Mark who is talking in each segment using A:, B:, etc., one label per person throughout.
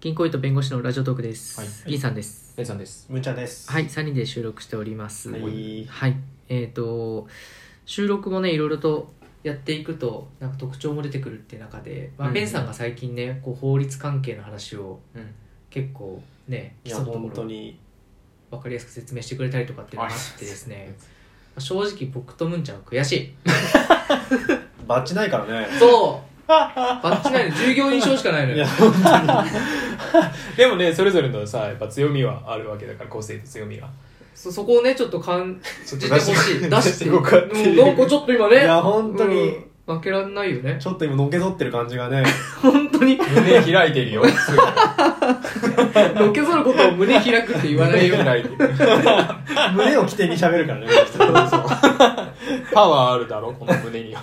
A: 銀行員と弁護士のラジオトークです。
B: はい
A: B さんです。
B: ペンさんです。
C: むちゃんです。
A: はい、3人で収録しております。
C: はい
A: はいえっ、と、収録もね、いろいろとやっていくと、なんか特徴も出てくるっていう中で、まあ、
B: うん
A: ベンさんが最近ね、こう法律関係の話を
B: うん。
A: 結構ね、
C: い
A: 基
C: や、
A: 礎のとこ
C: 本当
A: ろ
C: に。
A: 分かりやすく説明してくれたりとかっていうのがあってですね、まあ正直僕とむんちゃんは悔しい。
C: バッチないからね。
A: そうバッチないの、従業員証しかないのよ
C: いや、。本当に。
B: でもね、それぞれのさ、やっぱ強みはあるわけだから、個性と強みが。
A: そそこをね、ちょっと感
B: ちょっ
A: 出
B: と
A: て
B: 出
A: ほ
B: し
A: しい。出して。
B: 出してこうかっていう
A: もうなんかちょっと今ね。
C: いや本当に
A: うん負けられないよね。
C: ちょっと今、のけぞってる感じがね。
A: 本当に。
B: 胸開いてるよ。すごい
A: のけぞることを胸開くって言わない
B: 胸
A: よ。
B: 開いてる。
C: 胸を起点に喋るからね。
B: パワーあるだろ、この胸には。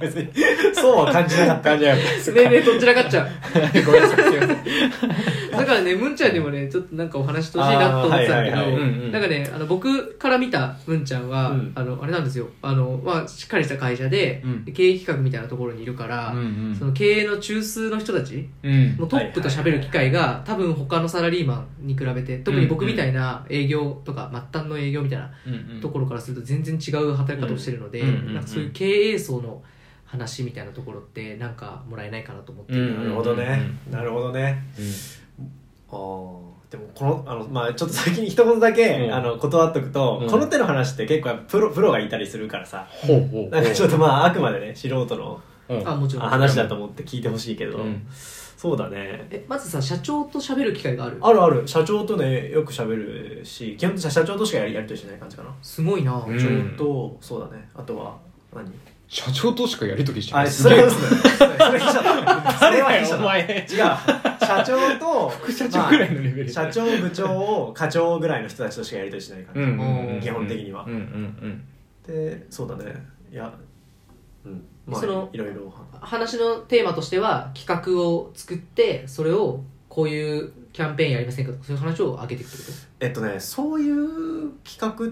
C: 別にそうは感じなかった。
B: 感じなかっ
A: ねえねえ、どちらかっちゃう。
B: た。ごめんなさい、すいません。
A: だからね、むんちゃんにもね、ちょっとなんかお話してほしいなと思ってたんだけど、
C: あーはいはい
B: はいうんうん
A: なんかね、あの、僕から見たむんちゃんは、
C: うん
A: あの、あれなんですよ。あの、まあ、しっかりした会社で、
B: うん
A: 経営企画みたいなところにいるから、
B: ん
A: その経営の中枢の人たち
B: うん
A: もうトップと喋る機会が多分他のサラリーマンに比べて特に僕みたいな営業とか末端の営業みたいな
B: うん
A: ところからすると全然違う働き方をしてるので
B: うんうんうん
A: なんかそういう経営層の話みたいなところってなんかもらえないかなと思ってる、
B: うん
C: なるほどね。なるほどね。
B: うん
C: あーでもこのあの、まあ、ちょっと先に一言だけ、
B: うん
C: あの断っとくと、
B: うん
C: この手の話って結構やっぱプロプロがいたりするからさ
B: ほうほうほう。
C: なんかちょっとまああくまでね素人の
B: うん
A: あもちろん
C: 話だと思って聞いてほしいけど、
B: うん
C: そうだね
A: えまずさ社長と喋る機会がある
C: あるある社長とねよく喋るし基本社社長としかやりやりとりしない感じかな
A: すごいな、
B: うん
C: 社長とそうだねあとは何
B: 社長としかやりとりして
C: あ
B: な
C: れ
B: い。
C: それはそれそれ記者だそれは記者だ
B: 前。
C: 違う社長と
B: 副社長ぐらいのレベル。
C: まあ社長部長課長ぐらいの人たちとしかやりとりしない感
B: う
C: じ、
B: んうんうん。
C: 基本的には
B: うんうん
C: でそうだねいやうんまあ
A: その
C: いろいろ
A: 話のテーマとしては企画を作ってそれをこういうキャンペーンやりませんかとかそういう話を上げていくってこと
C: えっとねそういう企画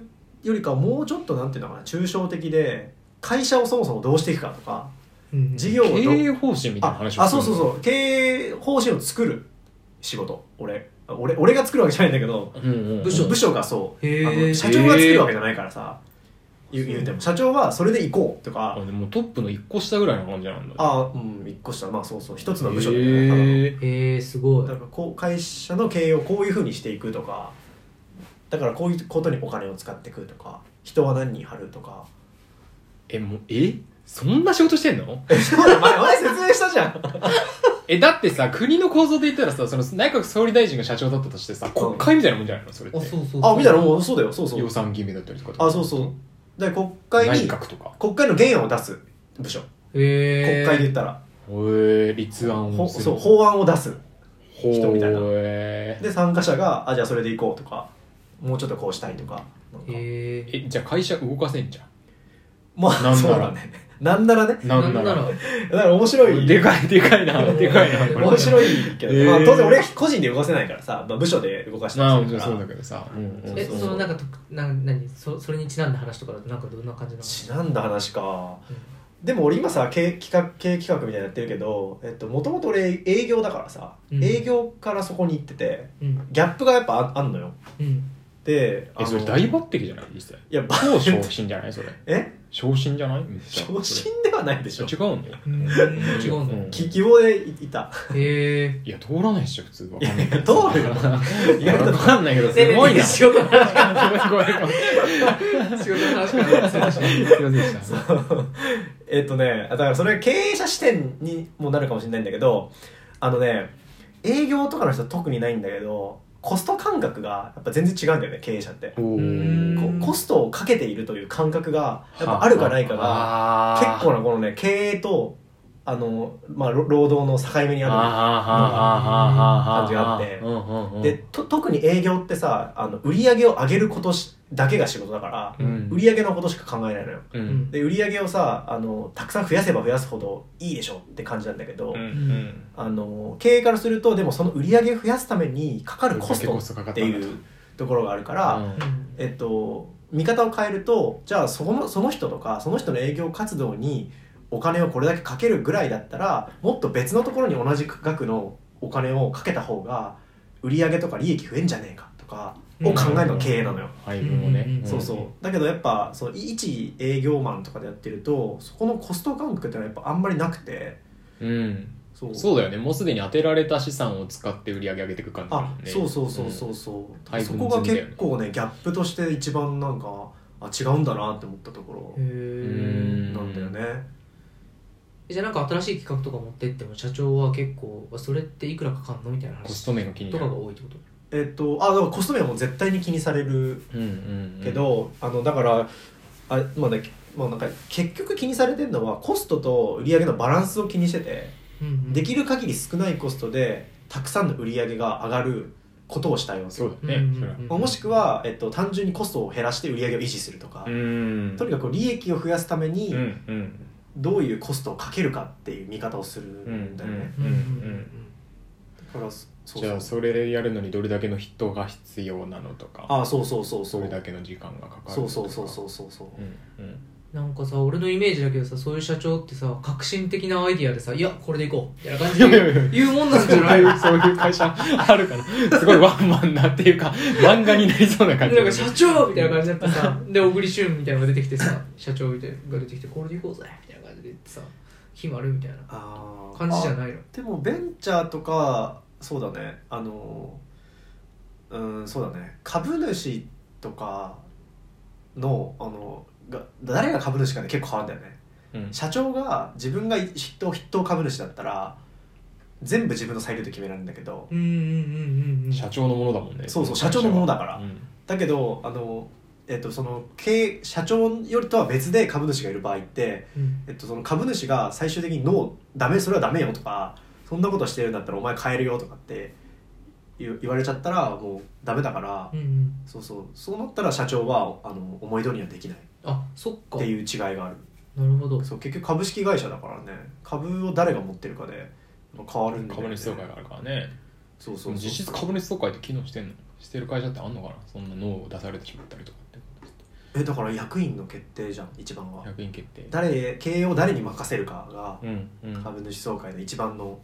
C: よりかはもうちょっとなんていうのかな抽象的で会社をそもそもどうしていくかとか
A: うん
C: 事
B: う
C: 業をど
B: ん。
C: う
B: 経営方針みたいな
C: あ
B: 話を
C: あそうそう
B: う。
C: そう経営方針を作る仕事俺あ俺俺が作るわけじゃないんだけど
B: うんうんうん
A: 部署
C: 部署がそう
A: へ
C: あ
A: ー
C: の社長が作るわけじゃないからさ言う言うても社長はそれで行こうとか
B: あでもトップの一個下ぐらいの感じなんだ
C: あうん一個下まあそうそう一つの部署
B: へ
C: だよねただの
A: へ
B: ー
A: えすごい
C: だからこう会社の経営をこういうふうにしていくとかだからこういうことにお金を使っていくとか人は何人張るとか
B: えもうえそんな仕事してんの
C: そうだ前前説明したじゃん
B: えだってさ国の構造で言ったらさその内閣総理大臣が社長だったとしてさ国会みたいなもんじゃないのそれって
A: あそうそう
C: あみたいなもうそうだよそうそう
B: 予算決めだったりとか
C: あそうそうで国会
B: 内
C: に
B: 閣とか
C: 国会の原案を出す部署
A: へ
C: 国
A: え
C: 会で言ったら、
B: へえ立案
C: ほ
B: をする
C: そう法案を出す人みたいな
B: ほえ
C: で参加者があじゃあそれで行こうとかもうちょっとこうしたいとかなんか
A: へえ
B: えじゃあ会社動かせんじゃ
C: まあ
B: なんなら
C: そうだねなんならね
B: ん
A: なんなら
C: だから面白い
B: でかいでかいなでかいなこれ
C: 面白いけど、
B: へー
C: まあ、当然俺は個人で動かせないからさ、まあ、部署で動かして
B: まあ
C: ま
B: もち
C: す
B: ろ
C: るから
B: んそうだけどさ
A: え
C: そう
A: そのなんかとなん何そそれにちなんだ話とかだとなんかどんな感じなの
C: ちなんだ話か、でも俺今さ経営企画経営企画みたいなのやってるけども、えっともと俺営業だからさ、
A: うん
C: 営業からそこに行ってて
A: うん
C: ギャップがやっぱああんのよ
A: うん
C: であ
B: え
C: の
B: それ大抜擢じゃない実際
C: いやば
B: 超昇進じゃないそれ
C: え
B: 昇進じゃないめっちゃ
C: 昇進ではないでしょ
B: 違うんだよ
A: うん違うんだ
B: うん
C: き希望でいいた
A: へえ
B: いや、通らないっしょ、普通は。
C: いや通るよ
B: いや、わかんないけど、すごいな。
A: 仕事の話
B: ごめんごめん
A: 仕事の話からすいません
B: すいませんでした
C: えっとねだからそれは経営者視点にもなるかもしれないんだけどあのね営業とかの人は特にないんだけどコスト感覚がやっぱ全然違うんだよね経営者って
B: おー
A: うん
C: こコストをかけているという感覚がやっぱあるかないかが
B: あー
C: 結構なこのね経営とあの、まあ、ろ労働の境目にあ
B: あーあーあーあーあーあー
C: 感じがあって
B: うんうんうん
C: るでと特に営業ってさあの売り上げを上げることしだけが仕事だから
B: うん
C: 売り上げのことしか考えないのよ
B: う
A: うんん
C: で売り上げをさあのたくさん増やせば増やすほどいいでしょって感じなんだけど、
B: うんうん
C: あの経営からするとでもその売り上げ増やすためにかかるコスト
B: コ
C: っ
B: ストかかってたんだ
C: い
B: と
C: うところがあるから、
A: うん
C: えっと、見方を変えるとじゃあそのその人とかその人の営業活動にお金をこれだけかけるぐらいだったらもっと別のところに同じ額のお金をかけた方が売り上げとか利益増えんじゃねえかとかを考えるのが経営なのよ、
B: 配分をね、
A: うんうんうん
C: そうそうだけどやっぱその一営業マンとかでやってるとそこのコスト感覚ってのはやっぱあんまりなくて
B: うん
C: そう
B: そうだよねもうすでに当てられた資産を使って売り上げ上げていく感じだも
C: あ
B: んね
C: そうそうそうそうそう、
B: 配
C: そ
B: 分
C: こが
B: 順だよね
C: 結構ねギャップとして一番なんかあ違うんだなって思ったところ
A: へえ
C: なんだよね、
A: じゃあなんか新しい企画とか持ってっても社長は結構それっていくらかかんのみたいな
B: コ
A: 話
B: スト面が気に
A: と
B: な
A: か
B: る
A: が多いってこと
C: えっとあでもコスト面はもう絶対に気にされる
B: うんうんうん
C: けど、あのだからあれまあねまあ、なんか結局気にされてるのはコストと売り上げのバランスを気にしてて
A: うんうん
C: できる限り少ないコストでたくさんの売り上げが上がることをしたいわけ
B: そ
C: よ
B: うだよ
A: うんうんうん
B: ねそれは
C: まあもしくは、えっと、単純にコストを減らして売り上げを維持するとか、
B: うん
C: とにかく利益を増やすために
B: うんうん
C: どういうコストをかけるかっていう見方をするんだよね、
A: うんうん
C: だからそそう
B: じゃあそれやるのにどれだけの人が必要なのとか
C: ああそうそうそうそ
B: そうれだけの時間がかかるとか
C: そうそうそうそうそうそう
B: うんうん
A: うんなんかさ俺のイメージだけどさそういう社長ってさ革新的なアイディアでさ「いやこれでいこう」みたいな感じ
B: いやいやいや
A: で言うもんなんじゃ
B: そ
A: な
B: う
A: い
B: い
A: な
B: うそういう会社あるからすごいワンマンなっていうか漫画になりそうな感じ
A: んか社長みたいな感じになってさで小栗旬みたいなのが出てきてさ社長みたいなのが出てきて「これでいこうぜ」みたいな感じで言ってさ決まるみたいな
C: ああ
A: 感じじゃないの
C: でもベンチャーとかそうだねあのうんそうだね株主とかのあのが誰が株主かで結構変わるんだよね
B: うん
C: 社長が自分が筆頭筆頭株主だったら全部自分の裁量で決められるんだけど
A: うんうんうんうんうん
B: 社長のものだもんね
C: そうそう
B: そ会
C: 社長のものだから
B: うん
C: だけどあのえっとその経営社長よりとは別で株主がいる場合って
A: うん
C: えっと、その株主が最終的に「ノーダメそれはダメよ」とか「そんなことしてるんだったらお前変えるよ」とかって言う言われちゃったらもうダメだから、
A: うんうん
C: そうそうそうなったら社長はあの思い通りにはできないっ
A: あそっか
C: ていう違いがある
A: なるほど
C: そう結局株式会社だからね株を誰が持ってるかでやっぱ変わるんだよね
B: 株主総会があるからね
C: そうそうそう
B: 実質株主総会って機能してんのしてる会社ってあんのかなそんな脳を出されてしまったりとかって
C: えだから役員の決定じゃん一番は
B: 役員決定
C: 誰経営を誰に任せるかが
B: うんうん
C: 株主総会の一番の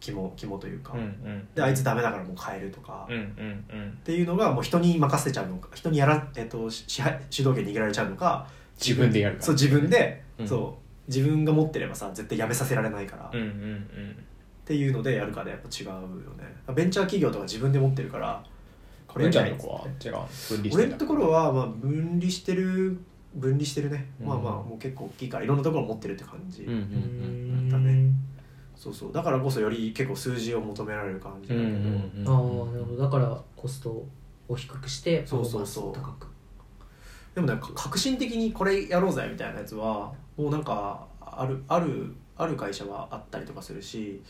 C: 肝肝というか、
B: うんうん
C: であいつダメだからもう変えるとか、
B: うんうんうん
C: っていうのがもう人に任せちゃうのか人にやら、えっと支配主導権握られちゃうのか
B: 自分でやるから
C: そう自分で、
B: うん
C: そう自分が持ってればさ絶対やめさせられないから、
B: う
C: っ
B: んうん
C: ていうのでやるかでやっぱ違うよねベンチャー企業とか自分で持ってるから
B: うんベンチャーの子
C: こ
B: は
C: れ
B: 違う分離して
C: 俺のところはまあ分離してる分離してるね、
B: うん
C: まあまあもう結構大きいからいろんなところ持ってるって感じ、
B: うんうんうん
C: だねそうそうだからこそより結構数字を求められる感じ
B: う
C: だ
B: ん
C: け
B: う
C: ど、
B: んう
A: あ
B: ん
A: あなるほどだからコストを低くして
C: そうそうそう
A: パフォーマンスを高く
C: でもなんか革新的にこれやろうぜみたいなやつはもうなんかあるあるある会社はあったりとかするし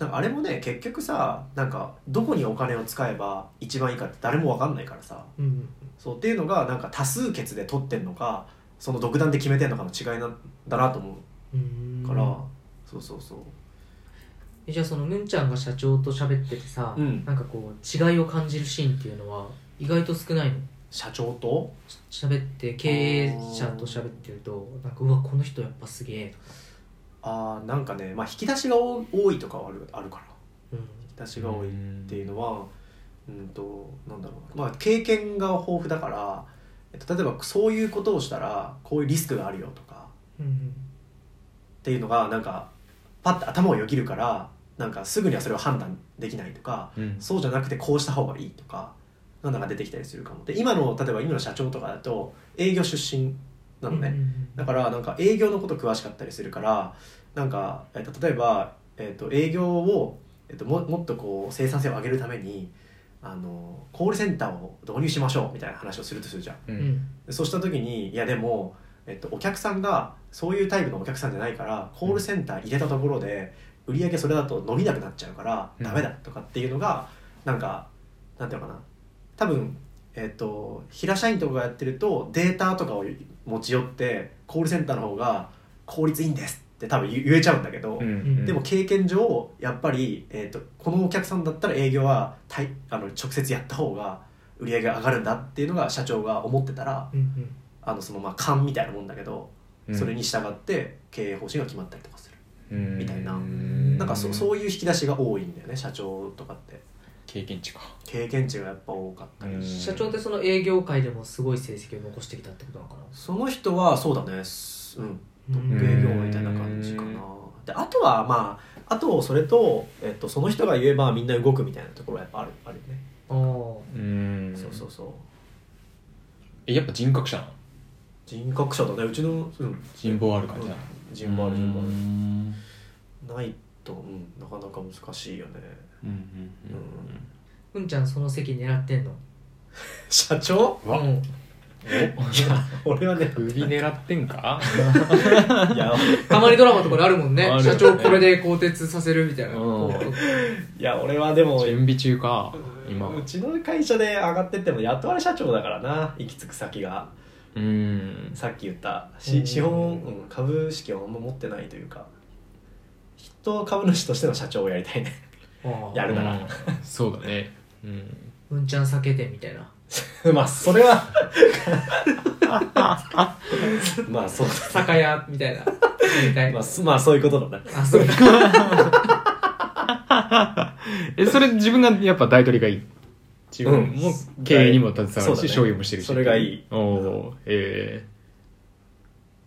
C: なんかあれもね結局さなんかどこにお金を使えば一番いいかって誰も分かんないからさ
A: うんうん
C: そうっていうのがなんか多数決で取ってんのかその独断で決めてんのかの違いなんだなと思
A: うん
C: うから、そうそうそう
A: えじゃあそのむんちゃんが社長と喋っててさ、
C: うん
A: なんかこう違いを感じるシーンっていうのは意外と少ないの
C: 社長と
A: し喋って経営者と喋ってるとなんかうわこの人やっぱすげえとか、
C: あーなんかね、まあ、引き出しが多多いとかはあるあるから
A: うん、
C: 引き出しが多いっていうのは、うん、となんだろうな、まあ、経験が豊富だからえっと例えばそういうことをしたらこういうリスクがあるよとか
A: うん
C: っていうのがなんかパッと頭をよぎるからなんかすぐにはそれを判断できないとか
B: うん
C: そうじゃなくてこうした方がいいとかなんだか出てきたりするかもで今の例えば今の社長とかだと営業出身なのね、だからなんか営業のこと詳しかったりするからなんか、えっと、例えば、えっと、営業を、えっと、ももっとこう生産性を上げるためにあのコールセンターを導入しましょうみたいな話をするとするじゃん
B: う
A: うんんうん
C: でそうした時にいやでも、えっと、お客さんがそういうタイプのお客さんじゃないからコールセンター入れたところで売り上げそれだと伸びなくなっちゃうから
B: うん
C: ダメだとかっていうのがなんかなんていうのかな多分、えっと、平社員とかがやってるとデータとかを持ち寄ってコールセンターの方が効率いいんですって多分言言えちゃうんだけど、
B: うん
A: うん
C: でも経験上やっぱり、えっとこのお客さんだったら営業はたいあの直接やった方が売り上げが上がるんだっていうのが社長が思ってたら
A: うんうん
C: あのそのまあ勘みたいなもんだけど、
B: うん
C: それに従って経営方針が決まったりとかする
B: ううん
C: みたいなな
B: なん
C: かそそういう引き出しが多いんだよね社長とかって
B: 経験値か
C: 経験値がやっぱ多かったり
B: うん
A: 社長ってその営業界でもすごい成績を残してきたってことなのかな
C: その人はそうだねすうんト
A: うん
C: ップ営業みたいな感じかなであとはまああとそれと、えっと、その人が言えばみんな動くみたいなところはやっぱあるあるよね、
A: あー
B: うん
C: そうそうそう
B: えやっぱ人格者なの
C: 人格者だねうちの、うん、
B: 人望ある感じなの
C: 人望ある人望ある
B: うん
C: ないと、うん、なかなか難しいよね
B: うんうんうん
A: うんちゃんその席狙ってんの
C: 社長
B: うわ
A: うん
C: いや俺はね
B: 首狙ってんか
C: いや
A: たまにドラマとかであるもんね
B: あるよね
A: 社長これで更迭させるみたいな、
B: うん
C: いや俺はでも
B: 準備中か今
C: うちの会社で上がってっても雇われ社長だからな行き着く先が
B: うん
C: さっき言った
A: う
C: し
A: ん
C: 資本、うん株式をあんま持ってないというかきっと株主としての社長をやりたいね
A: あー
C: やるなら
B: うんそうだねうん
A: うんちゃん避けてみたいな
C: まあそれは まあそう
A: 酒屋みたいなみた
C: だ、
A: い
C: ま
A: な
C: あ、すまあそういうことだね
A: あそう
B: えそれ自分がやっぱ大取りがいい自分も
C: うん
B: 経営にも携わ
C: そう
B: る
C: だ
B: し、
C: ね
B: 商業もしてるし
C: それがいい
B: おおえ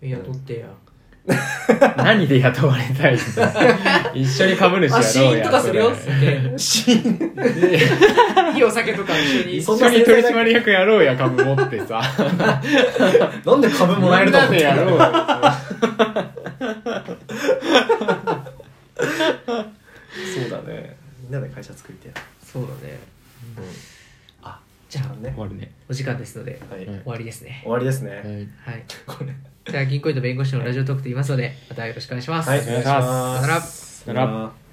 A: いや取ってや
B: え何で雇われたいんだ 一緒に株主
A: あ
B: や
A: シ
B: ろ
A: ー
B: う
A: ン
B: や
A: とかするよっつって
C: 死ぬ
A: いいお酒とか一緒に
B: 一緒に取締役やろうや株持ってさ
C: なんで株 もらえると思っ
B: みんなで
C: て
B: やろうよ
C: そうだねみんなで会社作りてやる
A: そうだね
C: あ
A: じゃあ
C: ね
B: 終わるね
A: お時間ですので
C: はい、
B: う
A: 終
B: ん
A: わりですね
C: 終わりですね、
B: はい
A: はい
C: これ
A: じゃあ銀行員と弁護士のラジオトークと言いますのでまたよろしくお願いします、
C: はい
B: お願いします
A: さよなら
B: さよなら
C: さよなら